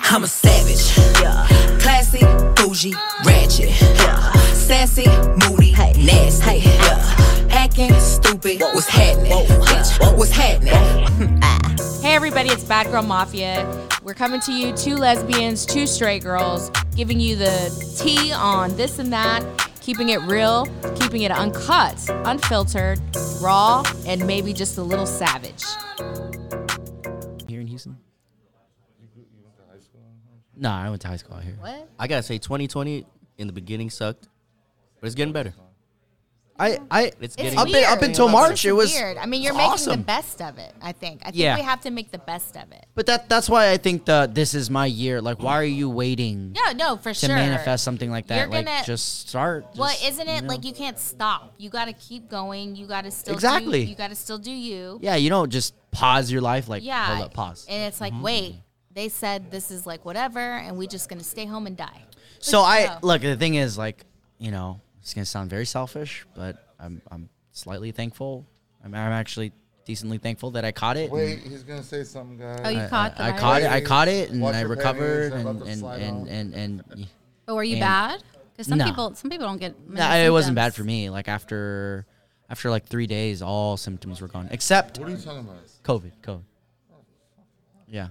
I'm a savage. Yeah. Classy, bougie, ratchet. Yeah. Sassy, moody, hey. nasty. Hey. Yeah. Hacking, stupid. What's happening? Bitch, what's happening? Hey everybody, it's Bad Girl Mafia. We're coming to you, two lesbians, two straight girls, giving you the tea on this and that, keeping it real, keeping it uncut, unfiltered, raw, and maybe just a little savage. here in Houston? No, I went to high school out here. What? I gotta say, 2020 in the beginning sucked, but it's getting better. I, I, it's It's getting. Up in- weird. up until It's March, just it was weird. I mean, you're making awesome. the best of it. I think. I think Yeah. we have to make the best of it. But that that's why I think the this is my year. Like, why are you waiting No, no, for to sure. manifest something like You're that? gonna- like, just start. Well, just, isn't it you know. like you can't stop? You got to keep going. You got to still do- Exactly. you got to still do you. Yeah, you don't just pause your life. Like, Yeah. hold up, pause. Mm-hmm. And it's like, wait, they said this is like whatever, and we just gonna stay home and die. So I go. look. The thing is, like, you know, it's gonna sound very selfish, but I'm I'm slightly thankful. I'm, I'm actually decently thankful that I caught it. and Wait, he's gonna say something, guys. Oh, you caught the I virus? caught it. I caught it, and Watch I your recovered, panties, they're and about to and slide and, off. and and y- But were you And- bad? Because some No. people, some people don't get. many nah, it wasn't bad symptoms. for me. Like after after like three days, all symptoms were gone except What are you talking about? COVID. COVID. Yeah.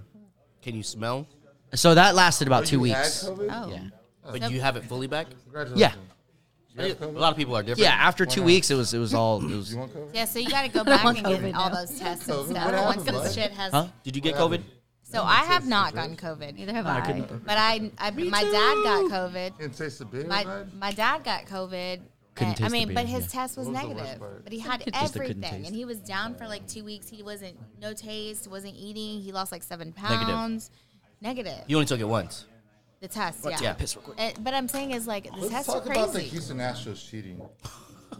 Can you smell? So that lasted about Oh, two you had weeks. COVID? Oh, Yeah. But you have it fully back. Congratulations. Yeah. You have A COVID? lot of people are different. Yeah. After two weeks, it was it was all it was. You want COVID? Yeah, so you got to go back and COVID get all now. those tests COVID? and What stuff once happened, this bud? shit has. Huh? Did you get What COVID? happened? So I have not gotten COVID, neither have I. but I, I my dad got COVID. Can't taste the beer, My bud? my dad got COVID. Couldn't and- I taste the mean, but beer, his yeah. test was What was the worst negative. part? But he Just had they couldn't everything, taste. and he was down for like two weeks. He wasn't no taste, wasn't eating. He lost like seven Negative. pounds. Negative. You only took it once. the test, yeah. Yeah, piss real quick. Uh, but I'm saying is like the Let's tests are talk about the crazy. Houston Astros cheating.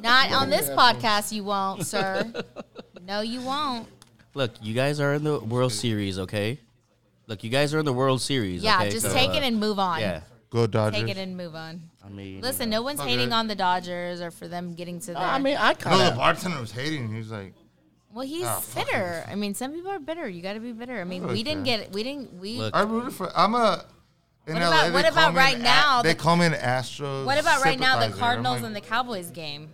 Not on this Yeah. podcast, you won't, sir. no, you won't. Look, you guys are in the World Series, okay? Look, you guys are in the World Series. Yeah, okay? just So, take uh, it and move on. Yeah, Go Dodgers. Take it and move on. I mean, Uh, Listen, no one's All hating good. on the Dodgers or for them getting to the. I mean, I kind No, the of. bartender was hating. He was like, well, he's Ah, fuck bitter. I mean, some people are bitter. You got to be bitter. I mean, Look, we didn't man. get. We didn't. We. Look. "I rooted for." I'm a. In What LA, about- they what call about me right an now, They the- call me an Astros. what about right now? The sympathizer. I'm Cardinals like, and the Cowboys game.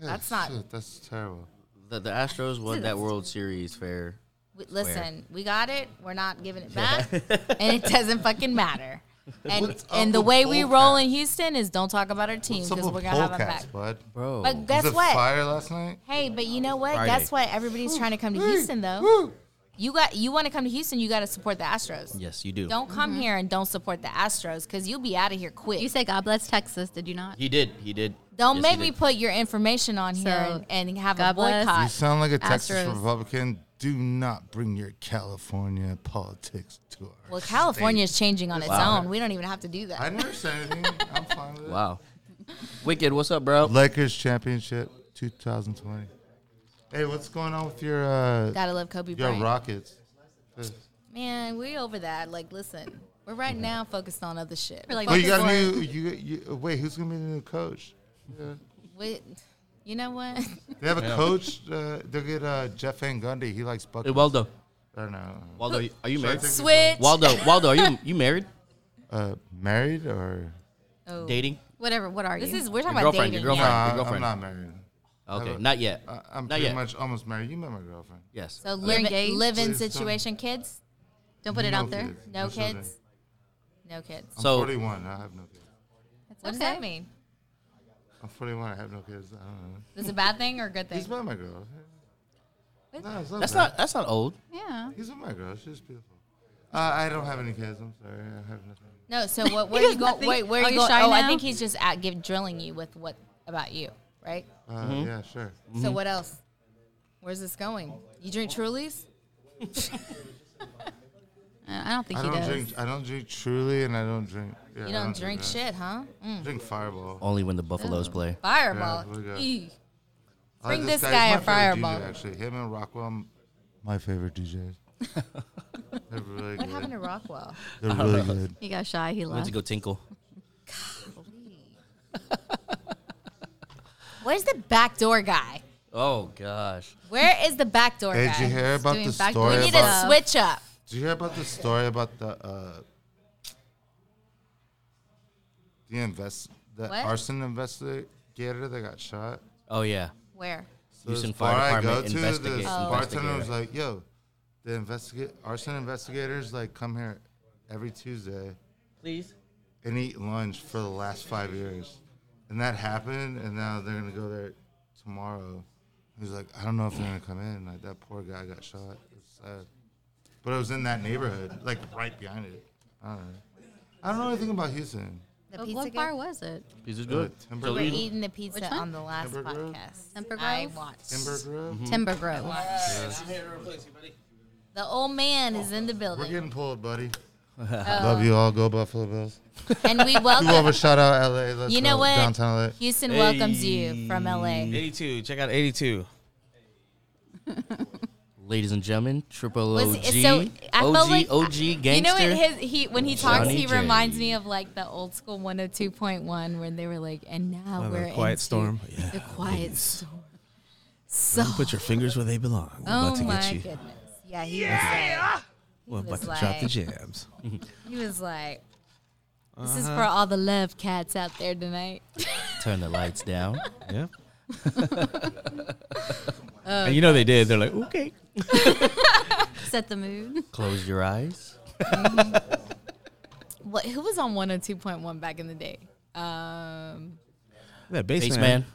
"Yeah, that's not- shit, that's terrible. The, the Astros won that World Series fair. We, listen, we got it. We're not giving it back, and it doesn't fucking matter. And What's up and the with way we polecats? roll in Houston is don't talk about our team What's up because with we're gonna have them back. polecats, bud? Bro. But Was guess it what? Fire last night. Hey, but you know what? Friday. That's why everybody's trying to come to Houston, though. You got you want to come to Houston, you got to support the Astros. yes, you do. Don't come Mm-hmm. here and don't support the Astros because you'll be out of here quick. You said God bless Texas, did you not? He did. He did. don't Yes, he make me did. put your information on here So, and, and have a God bless. You boycott. sound like a Texas Astros. Republican. Do not bring your California politics to our. Well, California is changing on its Wow. own. We don't even have to do that. I never said anything. I'm fine with it. Wow. Wicked, what's up, bro? Lakers championship 2020. Hey, what's going on with your uh, Gotta love Kobe your Bryant. Rockets? Man, we over that. Like, listen, we're right Mm-hmm. now focused on other shit. We're Like, like- Well, Oh, you got before- a new. You, you wait. Who's gonna be the new coach? we, you know what? They have a coach. Uh, they'll get uh, Jeff Van Gundy. He likes buckets. Hey, Waldo. I don't know. Waldo, you- are you married? Should I Switch. Waldo, Waldo, are you you married? Uh, married or? Oh. Dating? Whatever. What are you? This is we're talking Your about girlfriend, dating. your No, girlfriend. yeah. your I- I'm girlfriend. not married. Okay, Uh, not yet. I, I'm not pretty yet. much almost married. You met my girlfriend. yes. So live engaged? live-in Please don't. situation, kids. Don't put it No out there. kids. No No children. kids. No kids. I'm So- 41. I have no kids. What does that mean? I'm 41. I have no kids. I don't know. Is it a bad thing or a good thing? He's with my girl. No, it's that's bad. not that's not old. Yeah. He's with my girl. She's beautiful. Uh, I don't have any kids. I'm sorry. I have nothing. No. So what? Where are you going? nothing. Wait, where are Are you you going? shy Oh, I now? think he's just at give drilling you with what about you, right? Uh, Mm-hmm. Yeah, sure. So what else? Where's this going? You drink Trulies? Uh, I don't think I he don't does. drink. I don't drink Truly, and I don't drink. Yeah, You I don't drink that. shit, huh? Mm. I drink Fireball. Only when the Oh. Buffaloes play. Fireball. Yeah, we got- Eek. I like bring this guy He's a Uh, my favorite Fireball. DJ, actually, him and Rockwell, m- my favorite DJs. They're really What happened to good. Rockwell? They're really good. He got shy. He Went left. to go tinkle. Where's the backdoor guy? Oh gosh. Where is the backdoor Hey, guy? did you hear about doing the back- we story We Sorry need about? to switch up. Did you hear about the story about the uh, The invest the What? arson investigator that got shot. Oh yeah. Where? So this Houston bar Fire I go Department to, investigate- this bartender investigator. was like, "Yo, the investigate arson investigators like come here every Tuesday Please. and eat lunch for the last five years, and that happened, and now they're gonna go there tomorrow." He's like, "I don't know if they're gonna come in. Like that poor guy got shot. It's sad, but it was in that neighborhood, like right behind it. I don't know. I don't know anything about Houston. The But pizza what bar was it? Pizza's good. Uh, We Timber were Grove. eating the pizza Which one? on the last Timber Grove? podcast. Timber I Grove? watched. Timber Grove. Timber Grove. The old man is in the We're building. getting pulled, buddy. Love you all. Go Buffalo Bills. And we You have a welcome. shout out, LA. Let's You know go. what? Downtown LA. Houston welcomes you from LA. 82. Check out 82. Ladies and gentlemen, Triple Was- OG, so, I felt OG, like- OG gangster. You know what? His, he when he talks, Johnny he J. reminds me of like the old school 102.1 when they were like, and now Oh, the we're Quiet into Storm. Yeah, The quiet please. storm. So, Put your fingers where they belong. We're oh about to my get you. goodness, yeah, he was We're about was to like- drop the jams. like, he was like, this is for all the love cats out there tonight. Turn the lights down. Yeah. and you know they did. They're like, okay. Set the mood. Close your eyes. What? Who was on 102.1 back in the day? Um, That bass, Bass man. man.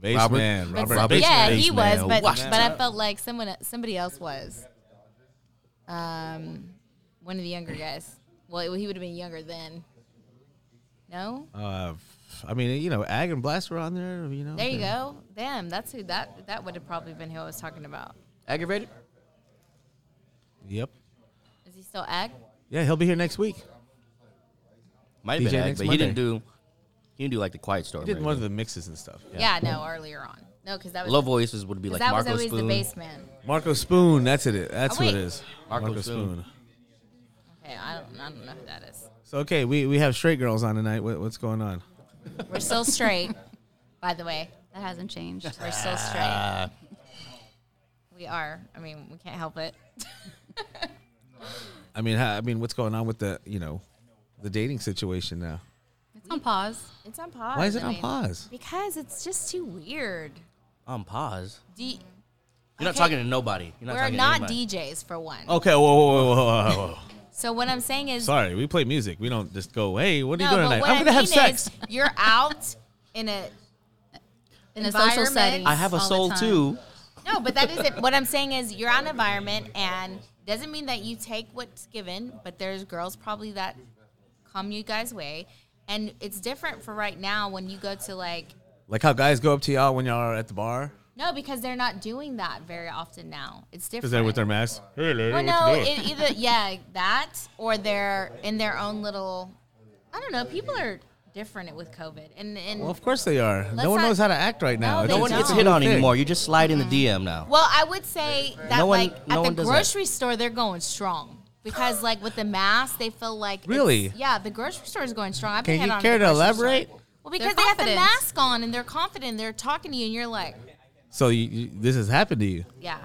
Bass Robert. man. But Robert. so- Bass yeah, man. he Bass was, man. but Watch but I felt like someone somebody else was. Um, one of the younger guys. Well, it- he would have been younger then. No, Uh, f- I mean, you know, Ag and Blast were on there. You know. there you go. Damn, that's who that that would have probably been who I was talking about. Aggravated? Yep. Is he still ag? Yeah, he'll be here next week. Might have DJ been ag, next but he didn't do. He didn't do like the quiet storm. He or did one of anything. the mixes and stuff. Yeah, no, earlier on. No, because that was Low voices would be 'cause like that was Marco always the Spoon. basement. Marco Spoon. That's it. That's Oh, who it wait. is. Marco Spoon. Okay, I don't I don't know who that is. So okay, we, we have straight girls on tonight. What, what's going on? We're still straight, by the way. That hasn't changed. We're still Ah. straight. We are. I mean, we can't help it. I mean, how, I mean, what's going on with the you know, the dating situation now? It's on pause. It's on pause. Why is it I on mean, pause? Because it's just too weird. On pause. Do you- You're Okay. not talking to nobody. You're not we're talking not to anybody. DJs for one. Okay, whoa, whoa, whoa, whoa, whoa, whoa. So what I'm saying is, Oh. Sorry, we play music. We don't just go, hey, what are no, you doing but tonight? what I'm I gonna mean have sex. is, you're out in a In a social Environment. setting. I I have a all the soul time. too. no, but that is it. What I'm saying is, you're on environment, and doesn't mean that you take what's given. But there's girls probably that come you guys' way, and it's different for right now when you go to like Like how guys go up to y'all when y'all are at the bar no, because they're not doing that very often now. It's different. because they're with their masks. Hey, lady, Well, what no, you doing? it either yeah that or they're in their own little. I don't know. People are different with COVID, and and well, well, of course they are. Let's no one not- knows how to act right now. No, It's they No a- one don't. gets it's a hit new on thing. anymore. You just slide in the DM now. I would say that No one- like no at one the does that. grocery store they're going strong because like with the mask they feel like it's- Really? yeah the grocery store is going strong. I've Can been you out at care the to grocery store. elaborate? Well, because They're they have the confident. mask on and they're confident. They're talking to you, and you're like, So you, you, this has happened to you, yeah.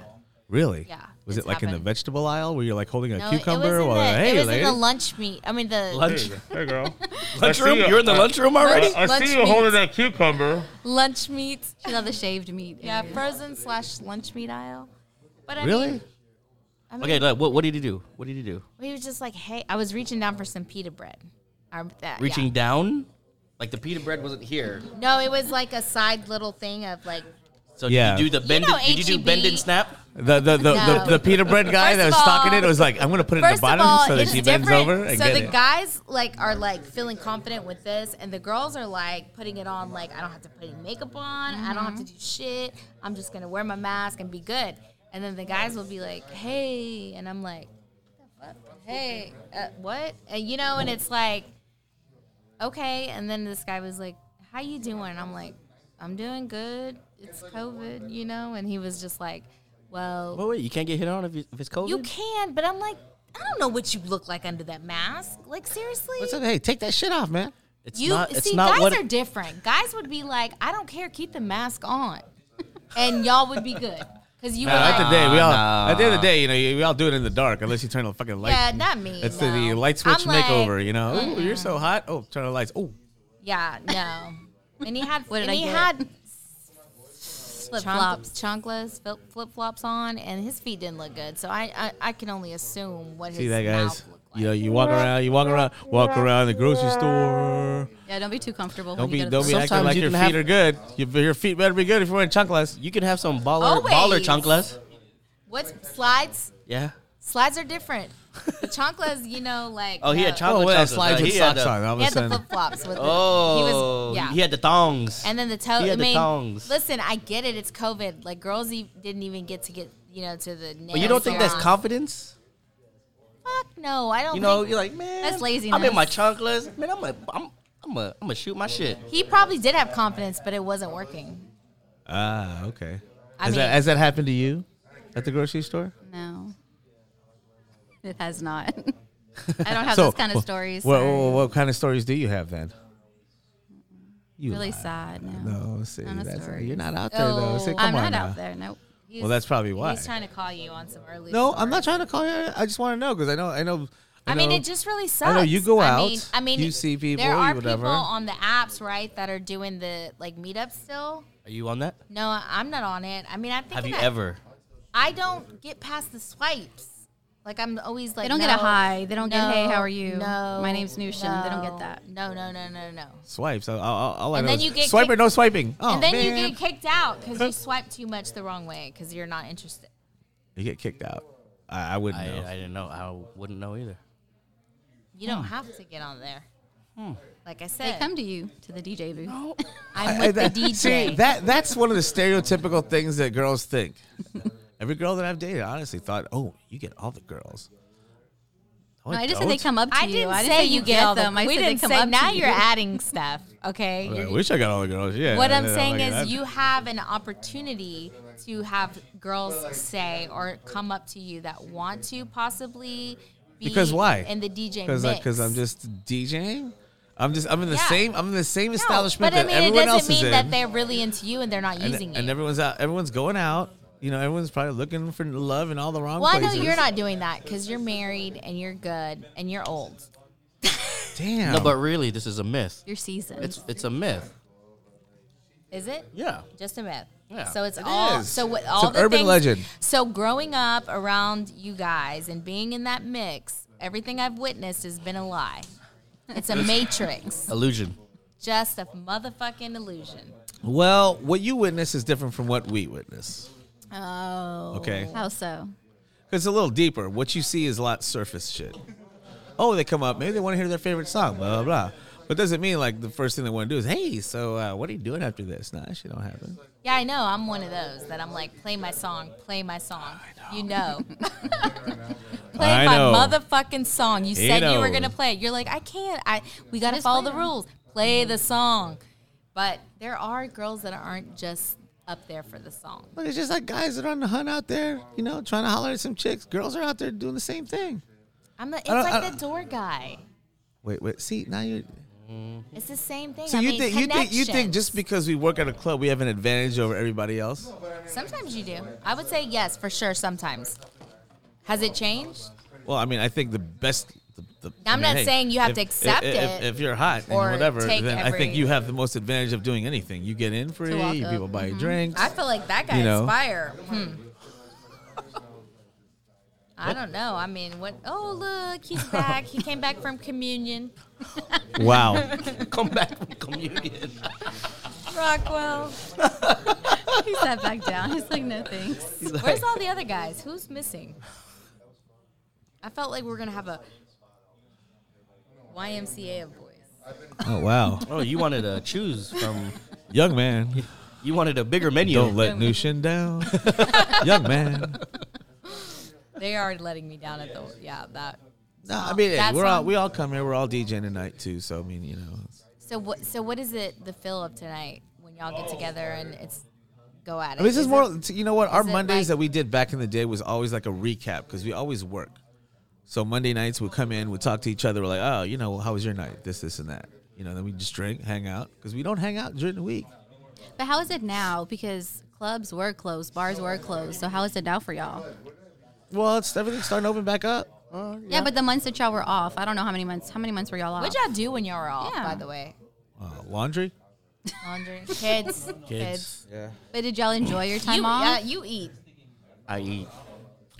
really? Yeah, Was it's it like in happened. the vegetable aisle where you're like holding a No, cucumber? it was, in, while, the, hey, it was in lady. the lunch meat. I mean the Lunch, Hey, girl. lunchroom. you. You're in the lunchroom already. I Lunch see you holding meat. that cucumber. lunch meat. She loved the shaved meat. Yeah, area. frozen slash lunch meat aisle. But I Really? mean, I mean, Okay, look, what, what did he do? What did he do? he was just like, "Hey, I was reaching down for some pita bread." Or that, yeah. Reaching down, like the pita bread wasn't here. No, it was like a side little thing of like. So Yeah. did you do the bend? know E did you do H-E-B. bend and snap? The the the, No. the, the pita bread guy First that of was stocking all- it was like, I'm gonna put it in the First of bottom all, so that it's she different. bends over and so get the it. guys like are like feeling confident with this, and the girls are like putting it on. Like I don't have to put any makeup on. I don't have Mm-hmm. to do shit. I'm just gonna wear my mask and be good. And then the guys will be like, "Hey," and I'm like, "Hey, uh, what?" And you know, and it's like, okay. And then this guy was like, "How you doing?" And I'm like, "I'm doing good. It's COVID, you know." And he was just like, "Well." Well, wait, you can't get hit on if, you, if it's COVID. You can, but I'm like, I don't know what you look like under that mask. Like seriously, What's up? Hey, take that shit off, man. It's you not. It's see, not guys what. are different. Guys would be like, I don't care, keep the mask on, and y'all would be good because you were at the like, day, we all Nah. at the end of the day, you know, you- we all do it in the dark unless you turn the fucking light. yeah, not me. It's no. the light I'm switch like, makeover, you know. Ooh, you're so hot. Oh, turn the lights. Oh, Yeah, no. and he had What did and I he get? had Flip chunk- flops. chunkless flip flops on, and his feet didn't look good. So I I, I can only assume what See his that, guys? mouth looked like. You know, you walk around, you walk around, walk around the grocery store. Yeah, don't be too comfortable. Don't when be, you go don't to be the acting Sometimes like you your feet can have- are good. Your, your feet better be good if you're wearing chunkless. You can have some baller Always. baller chunkless. What's slides? Yeah. Slides are different. The chunkless, you know, like Oh, he had no. chocolate well, chunkless. slides Uh, with he had socks the- on. All of He a had the sudden, flip flops with. Oh, the, he was yeah. he had the thongs. and then the toe. he I had the mean, tongs. listen, I get it. It's COVID. Like girls e- didn't even get to get you know to the. Nail but you don't think that's salon. confidence? Fuck no, I don't. You know, think- you're like, man, That's I'm in laziness. my chunkless. Man, I'm a, I'm, I'm a, I'm a shoot my shit. he probably did have confidence, but it wasn't working. ah, okay. I has, mean- that, has that happened to you at the grocery store? No, it has not. I don't have those kind of wh- stories. What, sorry. what, kind of stories do you have then? You really lie. sad. No, No, see, Not a that's, story. you're not out there though. See, Oh, come I'm on not now. out there. Nope. Well, that's probably why. He's trying to call you on some early. No, I'm not trying to call you. I just want to know because I know, I know. I, I mean, know- it just really sucks. I know you go I mean, out, I mean you see people, There you are whatever. people on the apps, right, that are doing the like meetups still. Are you on that? No, I'm not on it. I mean, I think Have you that ever? I don't get past the swipes. Like I'm always like They don't get no, a hi. They don't get, "Hey, no, how are you? No, My name's Nushin." They don't get no, that. No, no, no, no, no. swipes. All, all, all I And know then is you get swipe or kicked- no swiping. Oh, and then man. you get kicked out because you swipe too much the wrong way because you're not interested. You get kicked out. I, I wouldn't I, know. I didn't know. I wouldn't know either. You don't have to get on there. Hmm. Like I They said, come to you to the DJ booth. I'm with I- the DJ. See, that that's one of the stereotypical things that girls think. Every girl that I've dated, honestly, thought, "Oh, you get all the girls." No, No, I I just said they don't. come up to I you. didn't I say you get all them. them. I we said didn't they come say. up Now to you're you. adding stuff. Okay. I You're- wish I got all the girls. Yeah. what I'm Yeah, saying like, is, I've- you have an opportunity to have girls say or come up to you that want to possibly be Because why? in the DJ because mix. because I'm just DJing. I'm just I'm in the Yeah. same I'm in the same No, establishment but I that mean, everyone it else doesn't is mean in, that they're really into you and they're not using and, you. and everyone's out. Everyone's going out. You know, everyone's probably looking for love in all the wrong well, I places. know you're not doing that because you're married and you're good and you're old. Damn. No, but really, this is a myth. You're seasoned. It's it's a myth. Is it? Yeah. Just a myth. Yeah. So it's It all is. so what It's all an the urban things- legend. So growing up around you guys and being in that mix, everything I've witnessed has been a lie. It's a matrix, Illusion. just a motherfucking illusion. well, what you witness is different from what we witness. Oh, Okay. How so? It's a little deeper. What you see is a lot surface shit. Oh, they come up. Maybe they want to hear their favorite song. Blah blah. blah. But doesn't mean like the first thing they want to do is, hey, so uh, what are you doing after this? Nah, that shit don't happen. yeah, I know. I'm one of those that I'm like, play my song, play my song. You know, play I my know. motherfucking song. You He said you were knows. gonna play. it. You're like, I can't. I we gotta Just follow play the them. rules. Play the song. But there are girls that aren't just up there for the song. But it's just like guys that are on the hunt out there, you know, trying to holler at some chicks. Girls are out there doing the same thing. I'm the, it's don't- I like don't- the door guy. Wait, wait. See, now you're. It's the same thing. So I you mean, think you think you think connections. just because we work at a club, we have an advantage over everybody else? sometimes you do. I would say yes for sure. Sometimes has it changed? Well, I mean, I think the best. The, the, I'm I mean, not hey, saying you have to accept if, it If, if you're hot and or whatever, take then I think every- you have the most advantage of doing anything. You get in free. walk you up. people buy you drinks. Mm-hmm. I feel like that guy You know. is fire. Hmm. I don't know. I mean, what? Oh, look, he's back. he came back from communion. wow. Come back from communion. Rockwell. He sat back down. He's like, no thanks. Where's all the other guys? Who's missing? I felt like we are going to have a YMCA of boys. Oh wow. Oh, you wanted to choose from. Young man, You wanted a bigger menu. don't let Nushin down. Young man. They are letting me down at the, yeah, that. No, I mean, hey, That we're all song? we all come here. We're all DJing tonight too. So I mean, you know, it's- So what, so what is it, the fill of tonight when y'all get together and it's go at it? I mean, this is it- more. t- You know what? Our it Mondays like- that we did back in the day was always like a recap because we always work. So Monday nights we come in, we talk to each other. We're like, oh, you know, how was your night? This, this, and that. You know, then we just drink, hang out because we don't hang out during the week. But how is it now? Because clubs were closed, bars were closed. So how is it now for y'all? Well, it's everything's starting to open back up. Uh, Yeah, but the months that y'all were off, I don't know how many months. How many months were y'all off? What'd y'all do when y'all were off, Yeah. by the way? Uh, laundry? Laundry, kids, kids. Yeah. But did y'all enjoy your time You, yeah, off? you eat. I eat.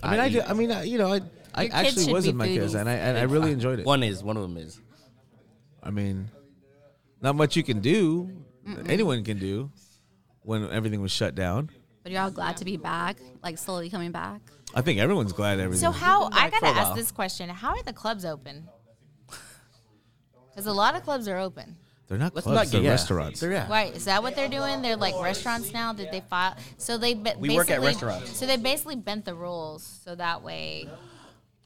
I mean, I, do, eat. I mean, I, you know, I, I kids actually should was be in my kids, foodies. and I and I really enjoyed it. One is one of them is. I mean, not much you can do. Anyone can do when everything was shut down. But y'all glad to be back, like slowly coming back. I think everyone's glad everything. So how I gotta for a while. ask this question: How are the clubs open? Because a lot of clubs are open. they're not Let's clubs, not get they're yeah. restaurants. They're, yeah. Right? Is that what they're doing? They're like restaurants now. Did they file? So they ba- We work at basically- restaurants. So they basically bent the rules so that way.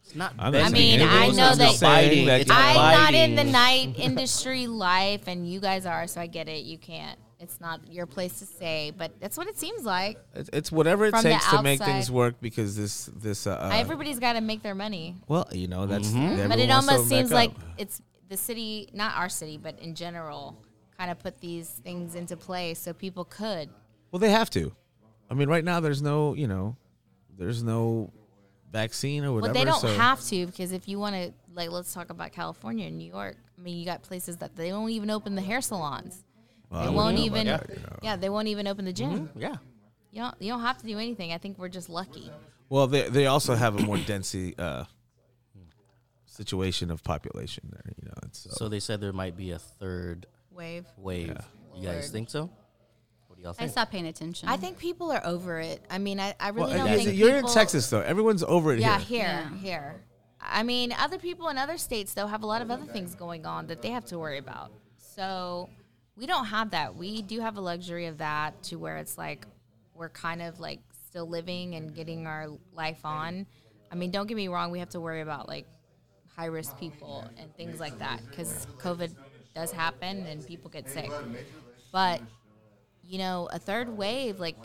It's not. I'm not bending. mean, saying anything. I It's know not that- biting, that it's you- not I'm not in the Providing. night industry life, and you guys are, so I get it. You can't. It's not your place to say, but that's what it seems like. It's- It's whatever it From the takes to make outside. things work because this this uh, uh Everybody's got to make their money, well you know that's but everyone it wants to almost back seems like up. it's the city, not our city, but in general, kind of put these things into play so people could. well they have to. I mean, right now there's no you know there's no vaccine or Well, whatever. they don't so have to because if you want to, like, let's talk about California and New York. I mean, you got places that they won't even open the hair salons. they won't even. Yeah, they won't even open the gym. Mm-hmm. Yeah. You don't. You don't have to do anything. I think we're just lucky. Well, they they also have a more density uh, situation of population there. You know, and so, So they said there might be a third Wave. wave. You guys Word. think so? What do y'all I think? stopped paying attention. I think people are over it. I mean, I, I really well, don't you- think you're people- in Texas though. Everyone's over it Yeah, here. here, Yeah. here. I mean, other people in other states though have a lot of other things going on that they have to worry about. So we don't have that. We do have a luxury of that to where it's like we're kind of like still living and getting our life on. I mean, don't get me wrong. We have to worry about like high risk people and things like that because COVID does happen and people get sick. But you know, a third wave, like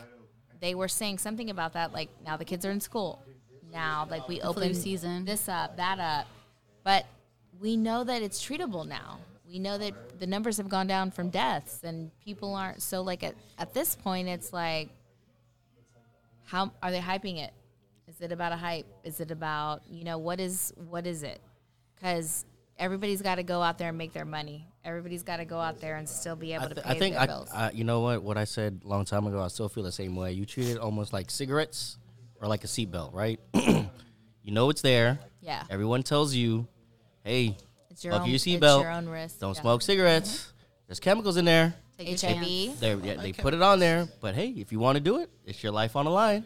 they were saying something about that. Like now the kids are in school. Now, like we flu open season. this up, that up. But we know that it's treatable now. We know that the numbers have gone down from deaths and people aren't so like at, at this point it's like how are they hyping it? Is it about a hype? Is it about, you know, what is what is it? Cuz everybody's got to go out there and make their money. Everybody's got to go out there and still be able I, to th- pay I think their I, bills. I, you know what what I said a long time ago. I still feel the same way. You treat it almost like cigarettes or like a seatbelt, right? you know it's there. Yeah. Everyone tells you, "Hey, It's your buckle own- your it's your seatbelt. own risk, Don't yeah. Mm-hmm. smoke cigarettes. There's chemicals in there. Take your HIV. chance. They yeah, they put it on there. But hey, if you want to do it, it's your life on the line.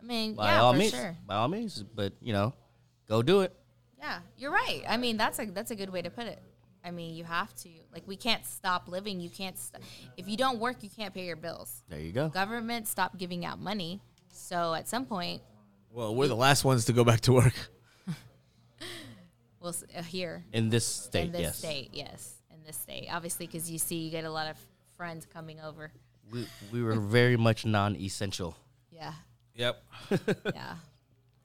I mean, By yeah, all for means, sure. by all means. But you know, go do it. Yeah, you're right. I mean, that's a that's a good way to put it. I mean, you have to like we can't stop living. You can't st- if you don't work, you can't pay your bills. There you go. Government stopped giving out money, so at some point Well, we're the last ones to go back to work. we'll s- uh, here In this state, in this yes. state, yes, in this state, obviously, because you see, you get a lot of friends coming over. We, we were very much non-essential. Yeah, Yep. yeah.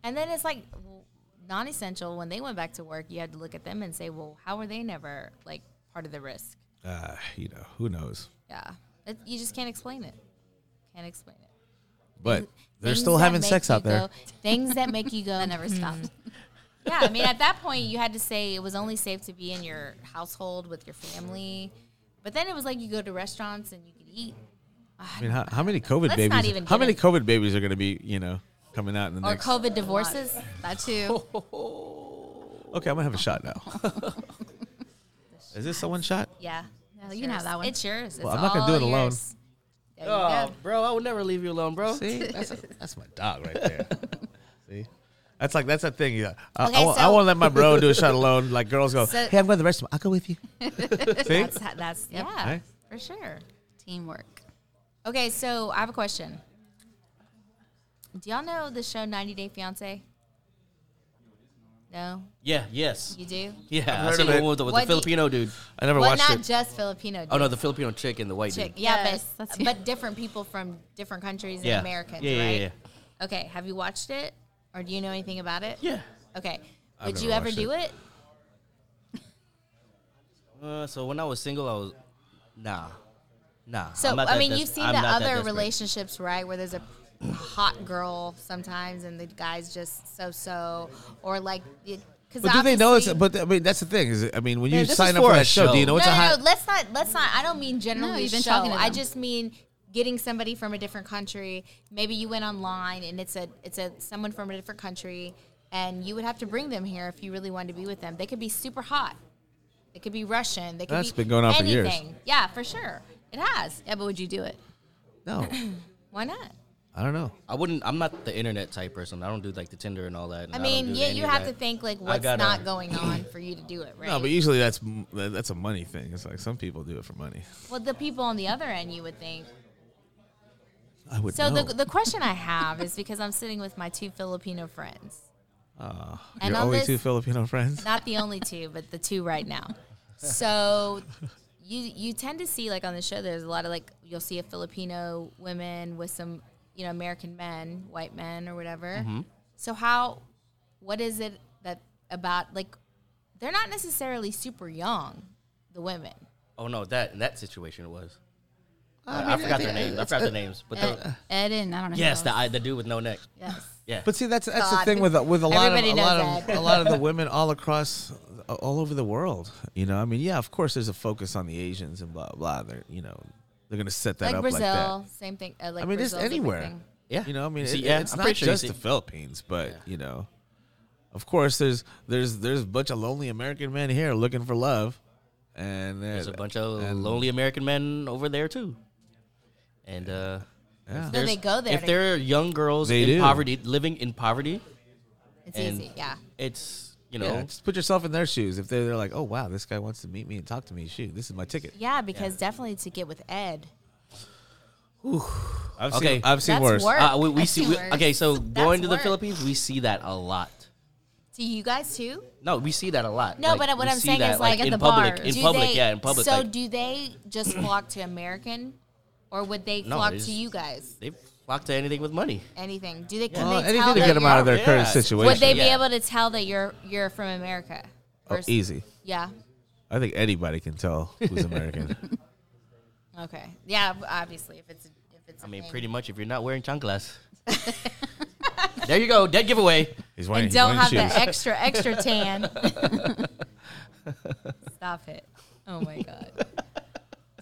And then it's like w- non-essential. When they went back to work, you had to look at them and say, well, how were they never like part of the risk? Uh, you know who knows, Yeah, it, you just can't explain it. Can't explain it. but they're things still that having make sex you out there. go- things that make you go. I never stopped. yeah, I mean, at that point, you had to say it was only safe to be in your household with your family. But then it was like you go to restaurants and you could eat. I mean, how, how many COVID Let's babies? not even how get many it. COVID babies are going to be? You know, coming out in the Or next. COVID divorces. that too. okay, I'm gonna have a shot now. Is this someone shot? Yeah. you can have that one. It's yours. Well, It's I'm not gonna do all it alone. yours. There you Oh, go. bro, I would never leave you alone, bro. See, that's, that's my dog right there. See, that's like that's a thing. Yeah, I, Okay, I, won't, I so- won't let my bro do a shot alone. Like girls go, So- hey, I'm going to the restroom. I'll go with you. See, That's, that's yeah, Right? for sure. Teamwork. Okay, so I have a question. Do y'all know the show 90 Day Fiance? No, Yeah, yes. you do. Yeah, heard I seen of the it. one with, the- with What the do you- Filipino dude. I never Well, watched not it. just Filipino. Oh no, the Filipino chick and the white chick. dude. Yeah, Yes, but that's- but different people from different countries Yeah. and Americans, Yeah, yeah, right? yeah, Okay, have you watched it or do you know anything about it? Yeah. Okay. I've Would never you ever watched do it? Uh, so when I was single, I was nah, nah. So I'm not I that mean, des- you've seen I'm the not that other desperate. relationships, right, where there's a hot girl sometimes and the guy's just so-so or like it Because But do they know it's? But I mean, that's the thing. Is it, I mean, when you Man, this sign is up for for a that show, do show. you know it's no, a no, high? no, let's not. Let's not. I don't mean generally. No, you've been show. talking to I them. just mean getting somebody from a different country. Maybe you went online and it's a it's a someone from a different country, and you would have to bring them here if you really wanted to be with them. They could be super hot. They could be Russian. They could That's be been going on for years. anything. Yeah, for sure. It has. Yeah, but would you do it? No, Why not? I don't know. I wouldn't. I'm not the internet type person. I don't do like the Tinder and all that. and I don't mean, do yeah, any you of have that. to think like I what's gotta- not going on for you to do it, right? No, but usually that's m- that's a money thing. It's like some people do it for money. well, the people on the other end, you would think. I would. So know. the the question I have is because I'm sitting with my two Filipino friends. Uh, and your on only this- two Filipino friends. not the only two, but the two right now. So you you tend to see like on the show there's a lot of like you'll see a Filipino women with some, you know, American men, white men or whatever. Mm-hmm. So how what is it that about like they're not necessarily super young, the women. Oh no, that in that situation it was. I, I forgot their names. I forgot their names. But the, Ed, Ed and I don't know. who yes, the else. I, the dude with no neck. Yes. Yeah. But see, that's that's God. the thing with with a lot Everybody of a knows lot that. of a lot of the women all across uh, all over the world. You know, I mean, yeah, of course, there's a focus on the Asians and blah blah. They're you know they're gonna set that Like up Brazil, like that. same thing. Uh, like I mean, Brazil's it's a big anywhere. thing. Yeah. You know, I mean, You see, it- yeah, it's I'm not pretty sure you just see- the Philippines, but you know, of course, there's there's there's a bunch of lonely American men here looking for love, and There's a bunch of lonely American men over there too. And uh, Yeah. So there's- they go there If to- there are young girls They in do. poverty, living in poverty, It's And- easy, yeah. it's you know Yeah, just put yourself in their shoes. If they're, they're like, oh wow, this guy wants to meet me and talk to me, shoot, this is my ticket. Yeah, because definitely to get with Ed. I've Okay. seen I've seen That's worse. work. uh, we, we That's see. We, worse. okay, so That's going to the worse. Philippines, we see that a lot. Do you guys too? No, we see that a lot. No, Like, but what we I'm see saying that, is like, at in the public, bar. in do public, they, yeah, in public. So like, do they just flock to American, or would they No, flock they to just- you guys? they flock to anything with money. Anything? Do they? Can Well, they tell anything to get that them out of you're- their current Yeah. situation. Would they be Yeah. able to tell that you're you're from America? Oh, Versus- easy. Yeah. I think anybody can tell who's American. Okay. Yeah. Obviously, if it's if it's. I a mean, thing. pretty much if you're not wearing chanclas. there you go, dead giveaway. He's And wearing, he's don't wearing have shoes. the extra extra tan. Stop it! Oh my god.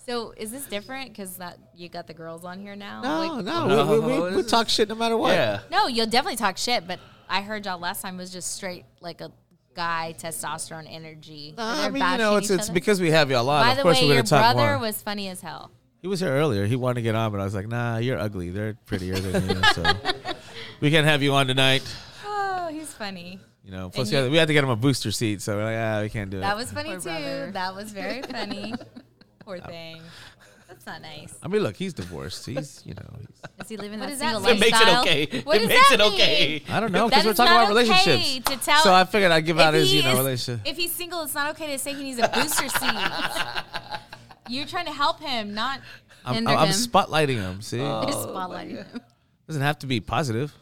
So is this different? Because that you got the girls on here now. No, Like- no, No, we, we, we, this we is- talk shit no matter what. Yeah. No, you'll definitely talk shit, but I heard y'all last time was just straight like a guy testosterone energy. No, They're Uh, I mean, you bashing know, it's each it's other. because we have y'all on. By of the course, way, we're your gonna talk brother more. was funny as hell. he was here earlier. He wanted to get on, but I was like, "Nah, you're ugly. They're prettier than you." So we can't have you on tonight. Oh, he's funny. You know, plus you- we had, we had to get him a booster seat, so we're like, "Ah, we can't do That it." was funny Poor too. brother. That was very funny. Poor thing. That's not nice. I mean, look, he's divorced. He's, you know, he's, Is he living What that does that single mean? It life? makes it Lifestyle. okay. What it does makes that it mean? okay. I don't That know because we're is talking not about okay relationships. to tell- so I figured I'd give out If his, he you know, is- relationship. If he's single, it's not okay to say he needs a booster seat. You're trying to help him, not. I'm, hinder I'm, I'm him. spotlighting him. See, Oh. Just spotlighting him. doesn't have to be positive.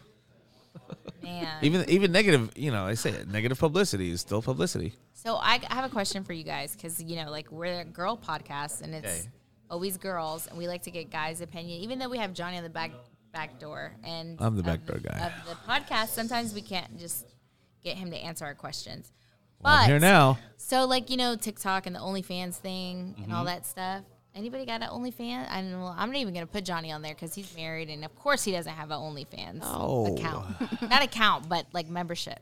Man. Even even negative, you know, I say it, negative publicity is still publicity. So I I have a question for you guys because you know, like we're a girl podcast and it's Okay. always girls, and we like to get guys' opinion, even though we have Johnny on the back back door and I'm the of back door guy. of the podcast. Sometimes we can't just get him to answer our questions. Well, I'm here now. So like you know TikTok and the OnlyFans thing and all that stuff. Anybody got an OnlyFans? I don't know. I'm not even gonna put Johnny on there because he's married and of course he doesn't have an OnlyFans Oh. account. not account, but like membership.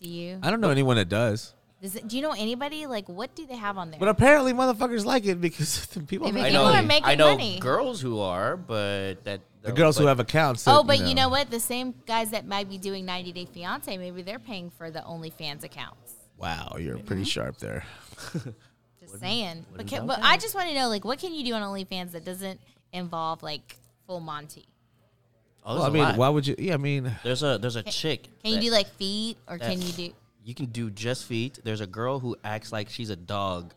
Do you? I don't know anyone that does, Does it, do you know anybody? Like what do they have on there? but apparently motherfuckers like it because the people They make make I People know. are making I know money. girls who are, but that the girls who but- have accounts. that, Oh, but you know. what? The same guys that might be doing 90 Day Fiance, maybe they're paying for the OnlyFans accounts. Wow, you're pretty sharp there. Just saying. But, can, but I just want to know, like, what can you do on OnlyFans that doesn't involve like full Monty? Oh, Well, I mean, why would you? Yeah, I mean, There's a there's a chick. Can you that- do like feet, or that- can you do? You can do just feet. There's a girl who acts like she's a dog.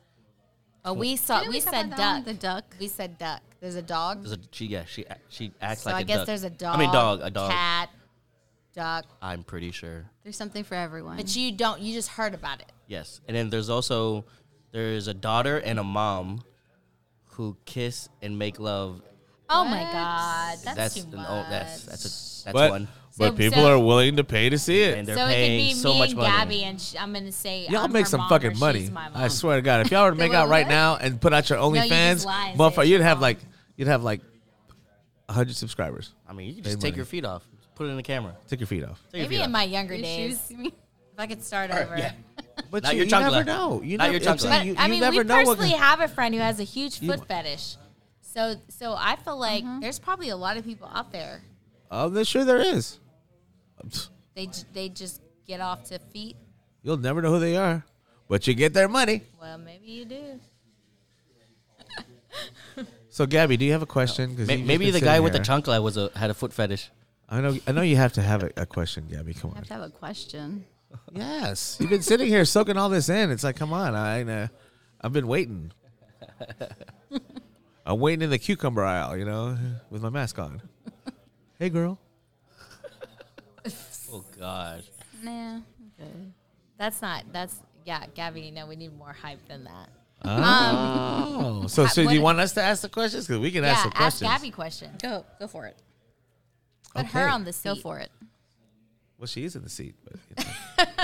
Oh, we saw. Didn't We talk said about that duck. one? The duck. We said duck. There's a dog. There's a she yeah she act- she acts So like I a guess duck. there's a dog. I mean dog a dog. Cat. Duck. I'm pretty sure. There's something for everyone. But you don't. You just heard about it. Yes, and then there's also there's a daughter and a mom who kiss and make love. Oh my god. That's, That's too an much. oh, that's that's a that's but one. but So- people so- are willing to pay to see and it. they're So it could paying be so me much and money. Gabby, and sh- I'm gonna say Y'all I'm make her some mom or fucking she's money. my mom. I swear to God, if y'all were to make Wait, out right what? now and put out your you OnlyFans, just lie and say motherfucker, it's you'd your have mom. like you'd have like hundred subscribers. I mean, you can Pay just take money. your feet off. Just put it in the camera. Take your feet off. Take Maybe your feet in off. my younger days, Issues. if I could start over. But Not you, your you never chancla. know. You Not never, your I'm saying chancla. you, I you mean, never we know what- personally have a friend who has a huge You- foot fetish, so so I feel like there's probably a lot of people out there. Oh, there- sure there is. They j- they just get off to feet. You'll never know who they are, but you get their money. Well, maybe you do. So, Gabby, do you have a question? 'Cause May- you just Maybe been the guy sitting with the here. chancla was a had a foot fetish. I know. I know you have to have a, a question, Gabby. I Come on. have to have a question. Yes, you've been sitting here soaking all this in. It's like, come on, I, uh, I've been waiting. I'm waiting in the cucumber aisle, you know, with my mask on. Hey, girl. Oh God. Nah. That's not. That's yeah, Gabby. No, we need more hype than that. Oh, so so do you what- want us to ask the questions? Because we can ask yeah, ask the questions. Gabby questions. Go go for it. Put her Okay. on the seat. Go for it. Well, she is in the seat. But, you know.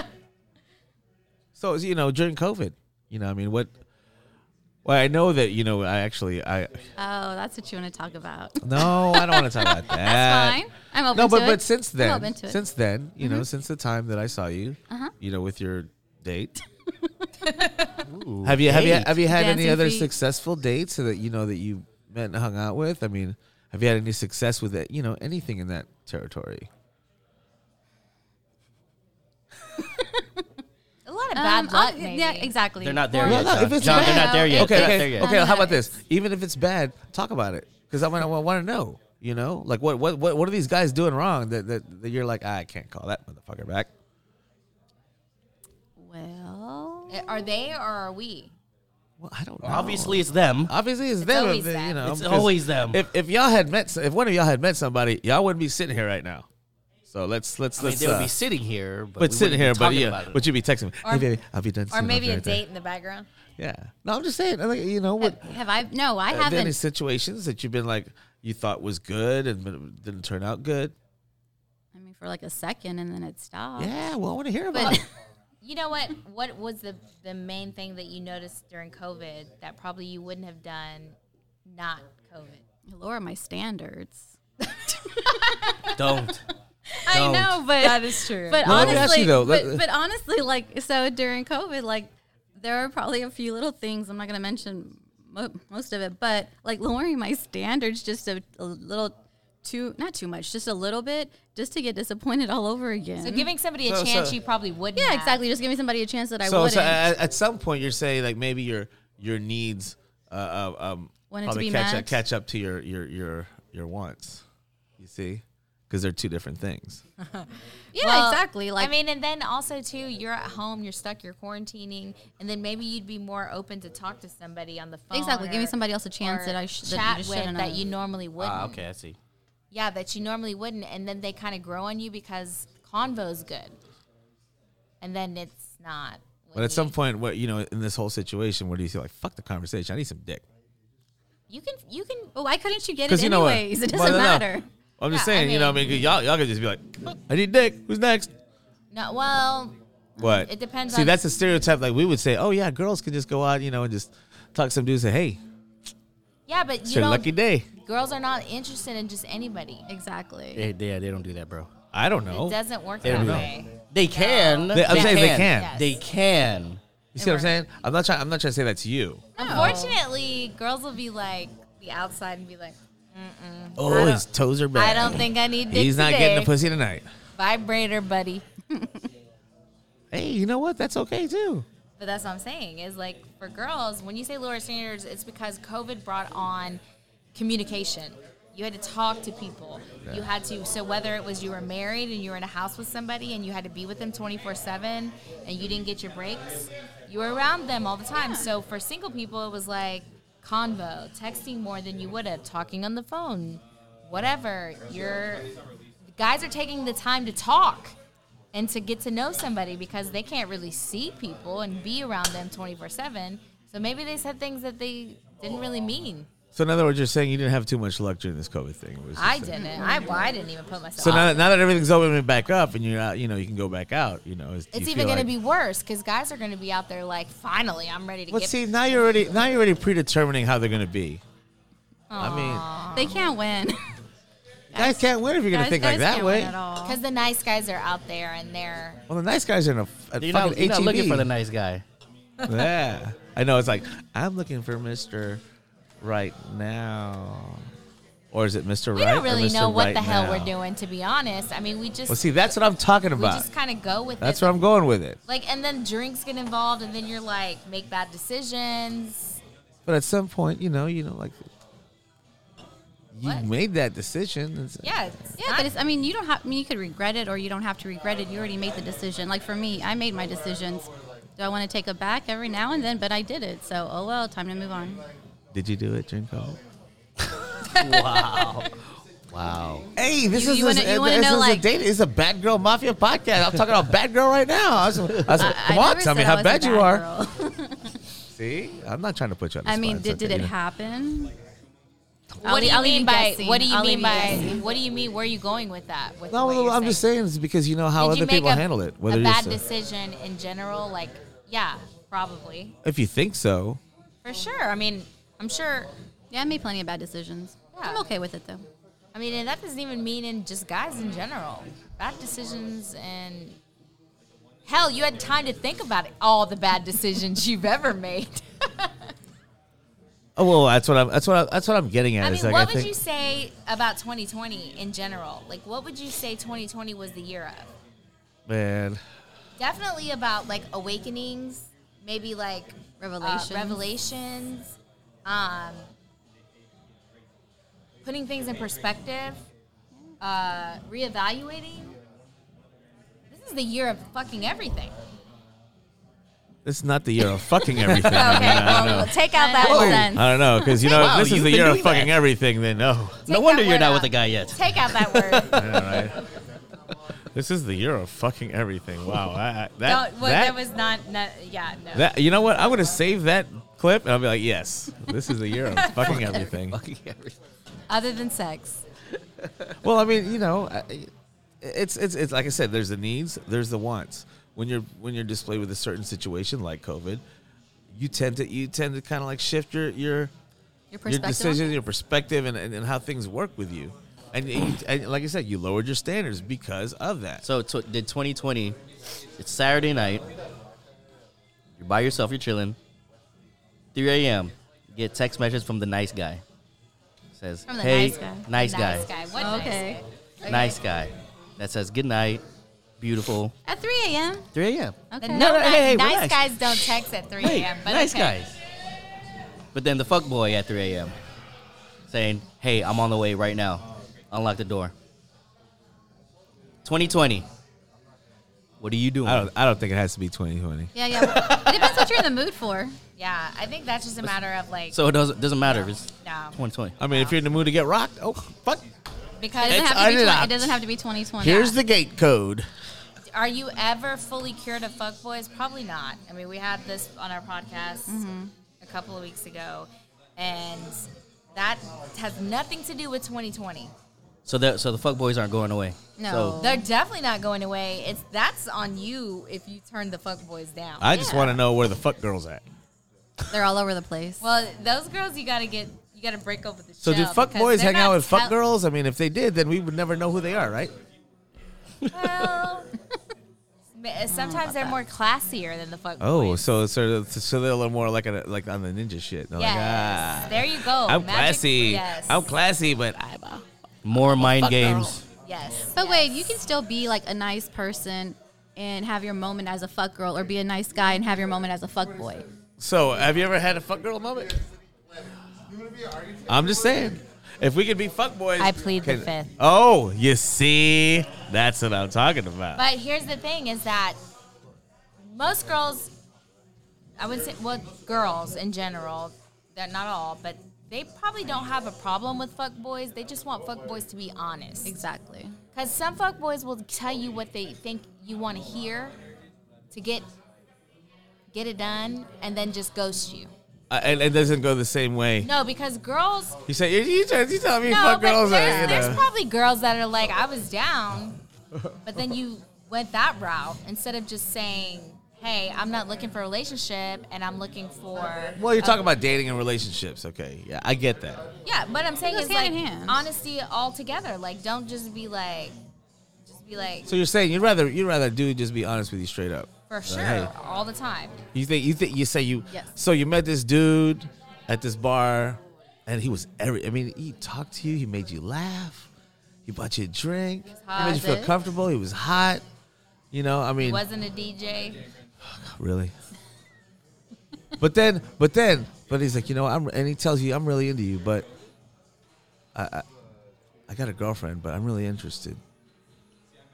so you know, during COVID, you know, I mean, what? Well, I know that you know. I actually, I Oh, that's what you want to talk about. no, I don't want to talk about that. That's fine. I'm open Uh, no, to but it. but since then, I'm open to it. Mm-hmm. Uh-huh. since then, you know, since the time that I saw you, you know, with your date. have you have you have you had any Dancing other feet. successful dates that you know that you met and hung out with? I mean, have you had any success with it? You know, anything in that territory? A lot of Um, bad luck. I'll- maybe. Yeah, exactly. They're not there Or- yet. no, if John, it's John they're bad- not there yet. Okay, they're okay, not there yet. okay. No, How no, about this? Even if it's bad, talk about it because I want I want to know. You know, like what what what what are these guys doing wrong that that, that you're like "Ah, I can't call that motherfucker back. Well, eh, Are they or are we? Well, I don't know. Obviously, it's them. Obviously, it's, them. always if- them. You know, It's 'cause always them. Um, If, if y'all had met, if one of y'all had met somebody, y'all wouldn't be sitting here right now. So let's let's I mean, let's. they would be uh, sitting here, but, but we wouldn't sitting be here, but talking yeah, about it. but you'd be texting me. Or- hey, baby, I'll be done soon. Or I'll maybe be a right there." date in the background. Yeah. No, I'm just saying. Like you know what? have I? No, I Have been any haven't. situations that you've been like you thought was good and but didn't turn out good? I mean, for like a second, and then it stopped. Yeah. Well, I want to hear about. But it. you know what? What was the the main thing that you noticed during COVID that probably you wouldn't have done not COVID? Lower my standards. don't. I Don't. know, but That is true. But Well, Oh. let me honestly, ask you though, let- but, but honestly, like so during COVID, like there are probably a few little things I'm not going to mention mo- most of it, but like lowering my standards just a, a little too, not too much, just a little bit, just to get disappointed all over again. So giving somebody a So- chance so- you probably wouldn't. yeah, have. exactly. Just giving somebody a chance that I so uh, wouldn't. so at, at some point you're saying like maybe your your needs uh, uh, um Wanted to probably be catch up, met. catch up to your your your your wants. You see, because they're two different things. yeah, Well, exactly. Like I mean, and then also too, you're at home, you're stuck, you're quarantining, and then maybe you'd be more open to talk to somebody on the phone. Exactly, or- giving somebody else a chance or that I sh- that you chat just with shouldn't that have. you normally wouldn't. Ah, okay, I see. Yeah, that you normally wouldn't, and then they kind of grow on you because convo's good, and then it's not. But at you- some point, what you know, in this whole situation, where do you feel like fuck the conversation? I need some dick. you can you can but why couldn't you get it Because you know what? anyways? It doesn't Well, no, no. matter. I'm just Yeah, I saying, you know, I mean, 'cause y'all y'all could just be like, I need dick. Who's next? no well What? It depends See, on- that's a stereotype. Like we would say, oh yeah, girls can just go out, you know, and just talk to some dudes. Say, hey, yeah, but it's you your know lucky day. girls are not interested in just anybody. Exactly. They, they, they don't do that, bro. I don't It know. doesn't work They don't that know. way. They can. They- I'm saying they can. Yes. They can. You see what I'm saying? I'm not trying. I'm not trying to say that's you. Unfortunately, girls will be like the outside and be like, Oh, his toes are bad. I don't think I need dick He's not today. getting the pussy tonight. vibrator, buddy. Hey, you know what? That's okay too. But that's what I'm saying is like for girls, when you say lower standards, it's because COVID brought on communication. You had to talk to people. You had to so whether it was you were married and you were in a house with somebody and you had to be with them 24/7 and you didn't get your breaks, you were around them all the time. So for single people, it was like convo, texting more than you would have, talking on the phone, whatever. You're guys are taking the time to talk and to get to know somebody because they can't really see people and be around them 24 7. So maybe they said things that they didn't really mean. So in other words, you're saying you didn't have too much luck during this COVID thing. was I the thing. didn't. I well, I didn't even put myself. So now, out that- now that everything's opening back up and you're out, you know, you can go back out. You know, is- do there. it's you even feel going to like- be worse because guys are going to be out there like, finally, I'm ready to Well, get. see, now you're already now you're already predetermining how they're going to be. I mean, They can't win. guys can't win if you're going Guys- to think like guys that can't way. win at all. Because the nice guys are out there and they're. Well, the nice guys are in a, a You're fucking E not, you're not ATV. looking for the nice guy. yeah, I know. It's like I'm looking for Mister right now, or is it Mister We Right? don't or really Mr. know what Right the hell we're Now? doing, to be honest. I mean, we just Well, see, that's what I'm talking we about. just kind of go with That's it. where I'm going with it. Like, and then drinks get involved, and then you're like, make bad decisions. But at some point, you know, you know, like you What? made that decision. It's- Yeah, it's Yeah, not- but it's, I mean, you don't have. I mean, you could regret it, or you don't have to regret it. You already made the decision. Like for me, I made my decisions. Do I want to take it back every now and then? But I did it, so oh well. Time to move on. Did you do it, Jinko? Wow. Hey, this You- is you wanna- a, you wanna this know, is a like- date. It's a bad girl mafia podcast. I'm talking about bad girl right now. I was, I was, I- I come on, never tell me said I how was a bad you are. girl. See, I'm not trying to put you on. The I mean, spot. did, It's did okay, it you know. happen? what do you mean by? What do you mean by? Guessing. What do you mean? Where are you going with that? With No, what well, you're I'm just saying it's because you know how Did you other make people a, handle it. a Whether bad you're, so- decision in general, like yeah, probably if you think so, for sure. I mean, I'm sure. Yeah, I made plenty of bad decisions. Yeah. I'm okay with it though. I mean, and that doesn't even mean in just guys in general. Bad decisions and hell, you had time to think about it, all the bad decisions you've ever made. oh well, that's what I'm. That's what I, that's what I'm getting at. I is mean, like what I would think you say about 2020 in general? Like, what would you say 2020 was the year of? man, definitely about like awakenings, maybe like uh, Revelations. revelations, um, putting things in perspective, uh, reevaluating. This is the year of fucking everything. this is not the year of fucking everything. Okay, I, mean, I well, don't know. take out that Whoa. word. Sense. I don't know because you know Wow, if this is you've the been year of doing that. fucking everything. Then no, no Take that wonder you're word not out. with the guy yet. Take out that word. this is the year of fucking everything. Wow, I, I, that, Don't, well, that that was not, not. Yeah, no. That you know what? I'm gonna save that clip and I'll be like, yes, this is the year of fucking everything. Other than sex. Well, I mean, you know, I- it's it's it's like I said. There's the needs. There's the wants. When you're when you're displayed with a certain situation like COVID, you tend to you tend to kind of like shift your your Your your perspective. on decisions, your perspective, and, and, and how things work with you. And, you, and like I said, you lowered your standards because of that. So t- did 2020? It's Saturday night. You're by yourself. You're chilling. 3 a.m. you Get text message from the nice guy. Says, From the "Hey, nice guy. nice guy, Nice guy. What it? nice Okay. guy? nice guy," that says, "Good night, beautiful." At 3 a.m. 3 a.m. Okay. No, no, hey, hey, nice relax. guys don't text at 3 Hey, a.m. But nice okay. guys. But then the fuck boy at 3 a.m. saying, "Hey, I'm on the way right now. Unlock the door." 2020. What are you doing? I don't I don't think it has to be 2020. Yeah, yeah. it depends what you're in the mood for. Yeah, I think that's just a matter of like. So it doesn't doesn't matter if it's no. 2020. I mean, if you're in the mood to get rocked, oh fuck, It Because doesn't, It's have to be 20, unlocked. it doesn't have to be 2020. here's the gate code. are you ever fully cured of fuckboys? Probably not. I mean, we had this on our podcast a couple of weeks ago, and that has nothing to do with 2020. So that so the fuck boys aren't going away. No. They're definitely not going away. It's that's on you if you turn the fuckboys down. I just want to know where the fuck girls at. They're all over the place. well, those girls you gotta get, you gotta break up with the. So shell did fuck because boys they're hang out not with fuck tell- girls? I mean, if they did, then we would never know who they are, right? Well, ma- sometimes they're more classier than the fuck Oh, boys. so so so they're a little more like a, like on the ninja shit. They're yes. Like, ah, there you go. I'm Magic- classy. Yes. I'm classy, but I'm a More mind games. yes. But wait, you can still be like a nice person and have your moment as a fuck girl, or be a nice guy and have your moment as a fuck boy. So, have you ever had a fuck girl moment? I'm just saying. If we could be fuck boys, I plead the fifth. Oh, you see, that's what I'm talking about. But here's the thing: is that most girls, I would say, well, girls in general, they're not all, but they probably don't have a problem with fuck boys. They just want fuck boys to be honest, Exactly. because some fuck boys will tell you what they think you want to hear to get get it done, and then just ghost you. Uh, and it doesn't go the same way. No, because girls. You say you, you, try- you tell me No, fuck but girls are there's, you there's know. probably girls that are like, I was down, but then you went that route instead of just saying, Hey, I'm not looking for a relationship, and I'm looking for. well, you're talking about dating and relationships. Okay, yeah, I get that. Yeah, but I'm saying goes is like hand in hand. honesty altogether. Like, don't just be like, just be like So you're saying you'd rather you'd rather do just be honest with you straight up. for sure hey. all the time. You think you think you say you Yes. so you met this dude at this bar and he was every I mean he talked to you, he made you laugh, he bought you a drink, he, made you feel hot. comfortable, he was hot. You know, I mean Wasn't a DJ. really. but then but then but he's like, you know, I'm and he tells you I'm really into you, but I I, I got a girlfriend, but I'm really interested.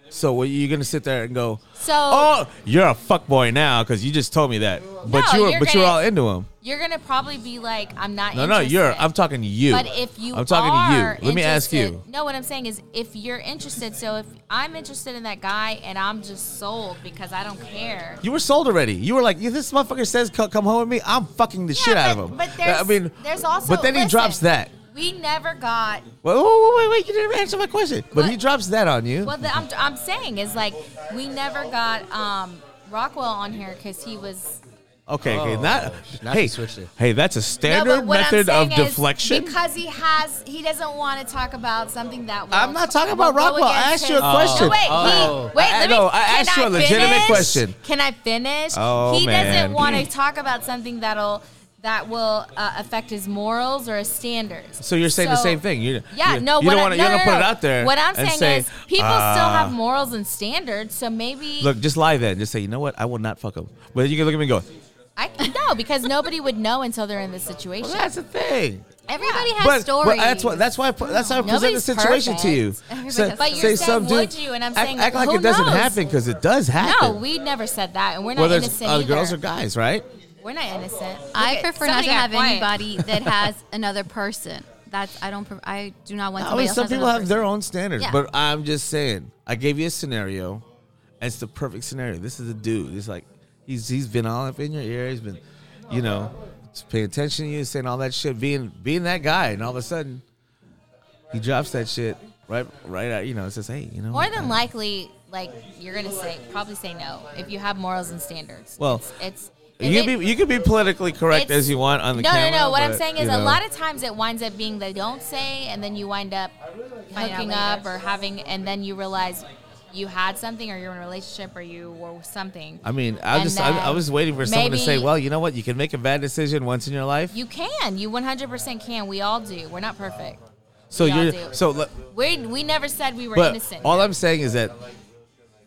So what, you're gonna sit there and go, So oh, you're a fuckboy now because you just told me that, but No, you were you're but you were gonna- all into him. you're gonna probably be like, I'm not. No, interested. no, you're. I'm talking to you. But if you, I'm talking are to you. Let me ask you. interested- No, what I'm saying is, if you're interested, so if I'm interested in that guy and I'm just sold because I don't care. You were sold already. You were like, if this motherfucker says co- come home with me, I'm fucking the Yeah, shit out but- of him. But there's, I mean, there's also. But then he listen, drops that. We never got Wait, wait, wait, wait, wait, You didn't even answer my question. But he What? drops that on you. Well, the, I'm, I'm saying is like we never got um, Rockwell on here because he was Okay, okay. Oh, Not. now hey, she switched it. hey, that's a No, standard but what I'm method of saying is deflection. because he has he doesn't want to talk about something that. Will, I'm not talking about will go Rockwell. I against asked you a his- question. No, wait, Oh. he, wait. I- let me, no, I can asked you a I legitimate finish? question. Can I finish? Oh, he man. doesn't want to talk about something that'll that will uh, affect his morals or his standards. so you're saying the So- same thing. You're, yeah, you no. You what don't I- want to. no, you don't no, put no. it out there. What I'm and saying say, is, people still "Ah, have morals and standards, so maybe Look, just lie then. Just say, you know what? I will not fuck him. But you can look at me and go, I no, because nobody would know until they're in this situation. well, that's the thing. Everybody has but, stories. but that's what that's why I, put- that's how I present the Nobody's situation to you. perfect. Everybody Say- has But you're say saying, some would dude- you? And I'm act, saying, act like who it doesn't knows? happen because it does happen. no, we never said that, and we're not whether it's innocent other either. uh, girls or guys, right? We're not innocent. I Look at- prefer not somebody to got have quiet. anybody that has another person. That's I don't. pre- I do not want. I somebody mean, else some has people another have their person. own standards, Yeah. but I'm just saying. I gave you a scenario. and It's the perfect scenario. This is a dude. It's like he's he's been all up in your ear. He's been, you know, paying attention to you, saying all that shit, being being that guy, and all of a sudden, he drops that shit right right out. You know, it says, hey, you know, More than uh, likely, like you're gonna say, probably say no if you have morals and standards. Well, it's, it's You it- can be you can be politically correct it's- as you want on the no, camera. no, no. What I'm but, saying you is, a know. lot of times it winds up being they don't say, and then you wind up Find out hooking later. up or having, and then you realize you had something, or you're in a relationship, or you were something. I mean, I And just I, I then was waiting for someone to say, maybe- "Well, you know what? You can make a bad decision once in your life." You can. You 100% can. We all do. We're not perfect. so we all you're do. so. le- We we never said we were But innocent. all I'm saying is that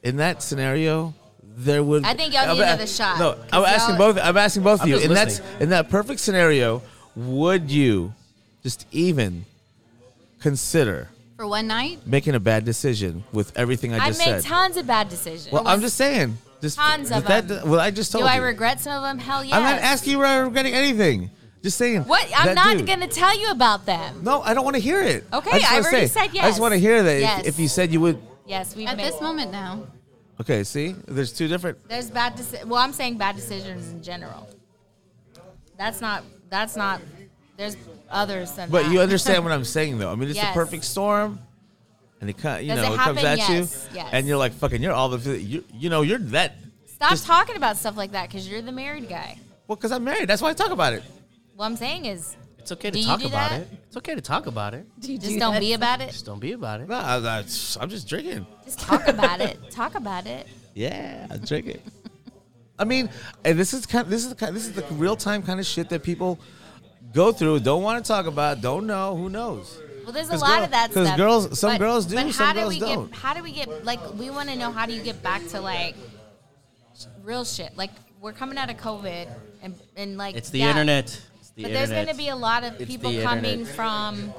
in that scenario, there would. I think y'all I'm need a- another shot, No, 'cause I'm asking y'all- both. I'm asking both of I'm you. just In that listening. in that perfect scenario, would you just even consider for one night. making a bad decision with everything I I just made said? tons of bad decisions. well, I'm just saying. Just Tons of that, them. Well, I just do told I you. regret some of them? Hell yeah. I'm not asking you. whether I'm regretting anything. Just saying. What? I'm that not dude. gonna tell you about them. No, I don't want to hear it. Okay, I just wanna I've already say- said I just yes. want to hear that if- Yes. if, you said you would. Yes, we've At made. this moment now, Okay, see, there's two different. There's bad deci- Well, I'm saying bad decisions in general. That's not. That's not. There's others than But that. you understand what I'm saying, though. I mean, it's Yes. the perfect storm, and it kind, you Does know, it it, comes at happen? Yes, you, yes. and you're like, "Fucking, you're all the, you, you know, you're that." Stop just- talking about stuff like that because you're the married guy. Well, because I'm married, that's why I talk about it. What I'm saying is, It's okay to Do you talk do about that? it. It's okay to talk about it. just do not be about it. Just don't be about it. No, I, I, I'm just drinking. Just talk about it. Talk about it. Yeah, I drink it. I mean, and this is kind. This is the kind. This is the real time kind of shit that people go through. Don't want to talk about. Don't know. Who knows? Well, there's a 'Cause lot girl- of that 'cause stuff. girls- some girls do, But some how girls do we don't. Get, how do we get like we want to know how do you get back to like real shit? Like we're coming out of COVID and and like It's the yeah. internet. It's the But internet. there's going to be a lot of It's people the coming internet. from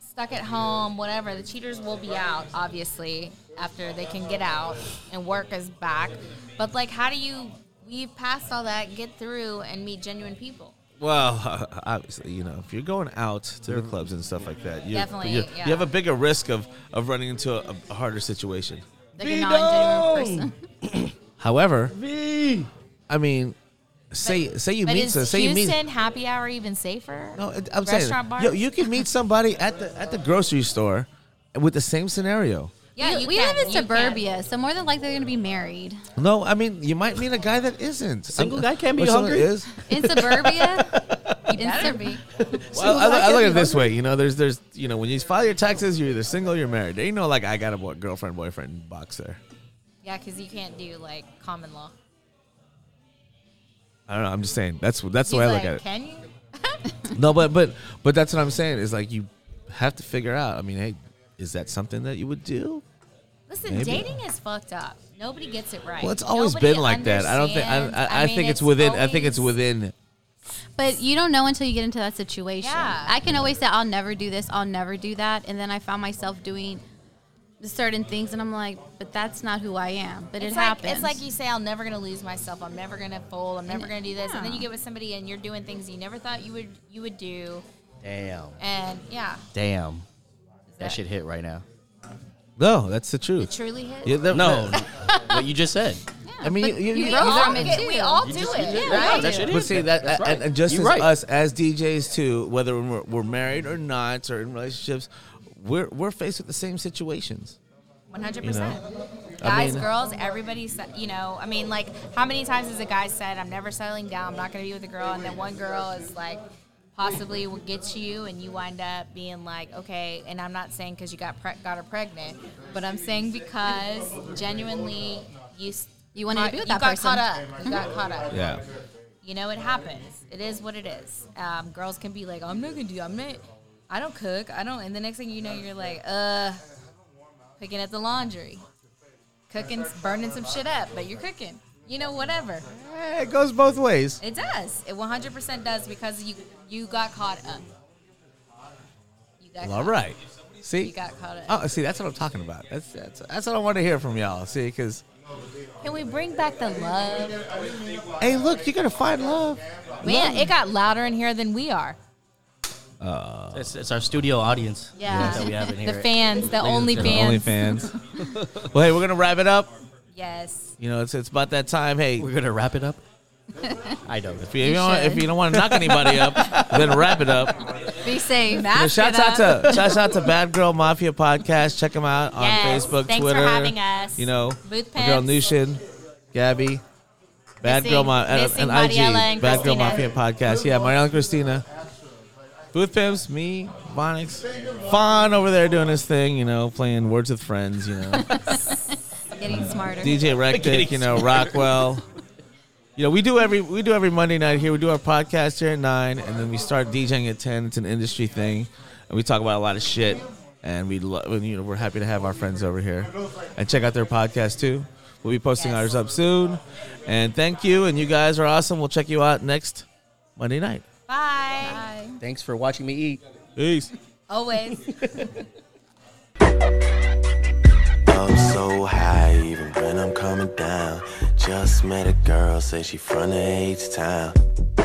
stuck at home, whatever. The cheaters will be out, obviously, after they can get out and work is back. But like, how do you weave past all that, get through, and meet genuine people? Well, obviously, you know, if you're going out to the clubs and stuff like that, you Definitely, you yeah. you have a bigger risk of, of running into a, a harder situation. like a non-genuine person. However, I mean, say say you But meet is so say you meet Houston happy hour even safer? No, it- I'm Restaurant saying bar? yo, you can meet somebody at the at the grocery store with the same scenario. Yeah, we, you we can, live in you can. suburbia, so more than likely they're going to be married. No, I mean you might meet a guy that isn't Single guy I'm- can't be or someone hungry? Is. In suburbia, in suburbia. Well, I, look- I look at it this way. You know, there's there's you know when you file your taxes, you're either single or you're married. There ain't no like I got a boy, girlfriend, boyfriend box there. Yeah, because you can't do like common law. I don't know. I'm just saying that's that's the He's way I like, look at it. can you? No, but but but that's what I'm saying is like you have to figure out. I mean, hey, is that something that you would do? Listen, Maybe. dating is fucked up. Nobody gets it right. Well, it's always Nobody been like that. I don't think. I, understands. I, I mean, think it's, within. I think always- it's within. But you don't know until you get into that situation. Yeah. I can always say, I'll never do this, I'll never do that. And then I found myself doing certain things, and I'm like, but that's not who I am. But It's it like, happens. It's like you say, I'm never gonna lose myself. I'm never gonna fold. I'm never gonna do this. And then yeah. you get with somebody and you're doing things you never thought you would you would do. Damn. And yeah, Damn. That shit hit right now. No, that's the it truth. truly hit. Yeah, that- No, that- what you just said. I mean, you, you, you you- grow all from it get- too. we all You do just- you it. did- right? no, that shit But is. see that, That's and, right. and just You're as right. us as DJs too, whether we're, we're married or not, or in relationships, we're we're faced with the same situations. One hundred You percent. know? I Guys, mean- girls, everybody. se- You know, I mean, like, how many times has a guy said, "I'm never settling down. I'm not going to be with a girl," and then one girl is like, possibly will get you, and you wind up being like, "Okay." And I'm not saying because you got pre- got her pregnant, but I'm saying because genuinely you s- You wanted to be with you that got person. caught up. You got caught up. Yeah, You know, it happens. It is what it is. Um, girls can be like, I'm not gonna do. I'm not. I don't cook. I don't. And the next thing you know, you're like, uh, picking at the laundry, cooking, burning some shit up, but you're cooking. You know, whatever. Eh, it goes both ways. It does. It 100% does because you you got caught up. You got. Well, all caught- right, You see. got caught up. Oh, see, that's what I'm talking about. That's that's that's what I want to hear from y'all. See, because Can we bring back the love? hey, look, you're gonna find love. Man, it got louder in here than we are. It's, it's our studio audience. Yeah. That we have in The here. fans, the only fans. Only fans. well, hey, we're gonna wrap it up. Yes. You know, it's it's about that time. Hey, We're gonna wrap it up. I don't. If you, don't, if you don't want to knock anybody up, then wrap it up. Be safe. You know, Mask shouts it out up. to shouts out to Bad Girl Mafia podcast. Check them out on Yes. Facebook, Thanks for Twitter. having us. You know, Booth my girl Pimps. Nushin, Gabby, Bad Missing- Girl Mafia, missing and, Mariela IG, and Bad Girl Christina. Mafia podcast. Yeah, Marielle and Christina, Booth Pimps, me, Vonix, Fawn over there doing his thing. You know, playing Words with Friends. You know. getting smarter. DJ Rectic, you know, Rockwell. You know, we do every we do every Monday night here. We do our podcast here at nine, and then we start DJing at ten. It's an industry thing, and we talk about a lot of shit. And we love, you know, we're happy to have our friends over here, and check out their podcast too. We'll be posting ours up soon. And thank you, and you guys are awesome. We'll check you out next Monday night. Bye. Thanks for watching me eat. Peace. Always. I'm so high, even when I'm coming down. Just met a girl, say she from the H town.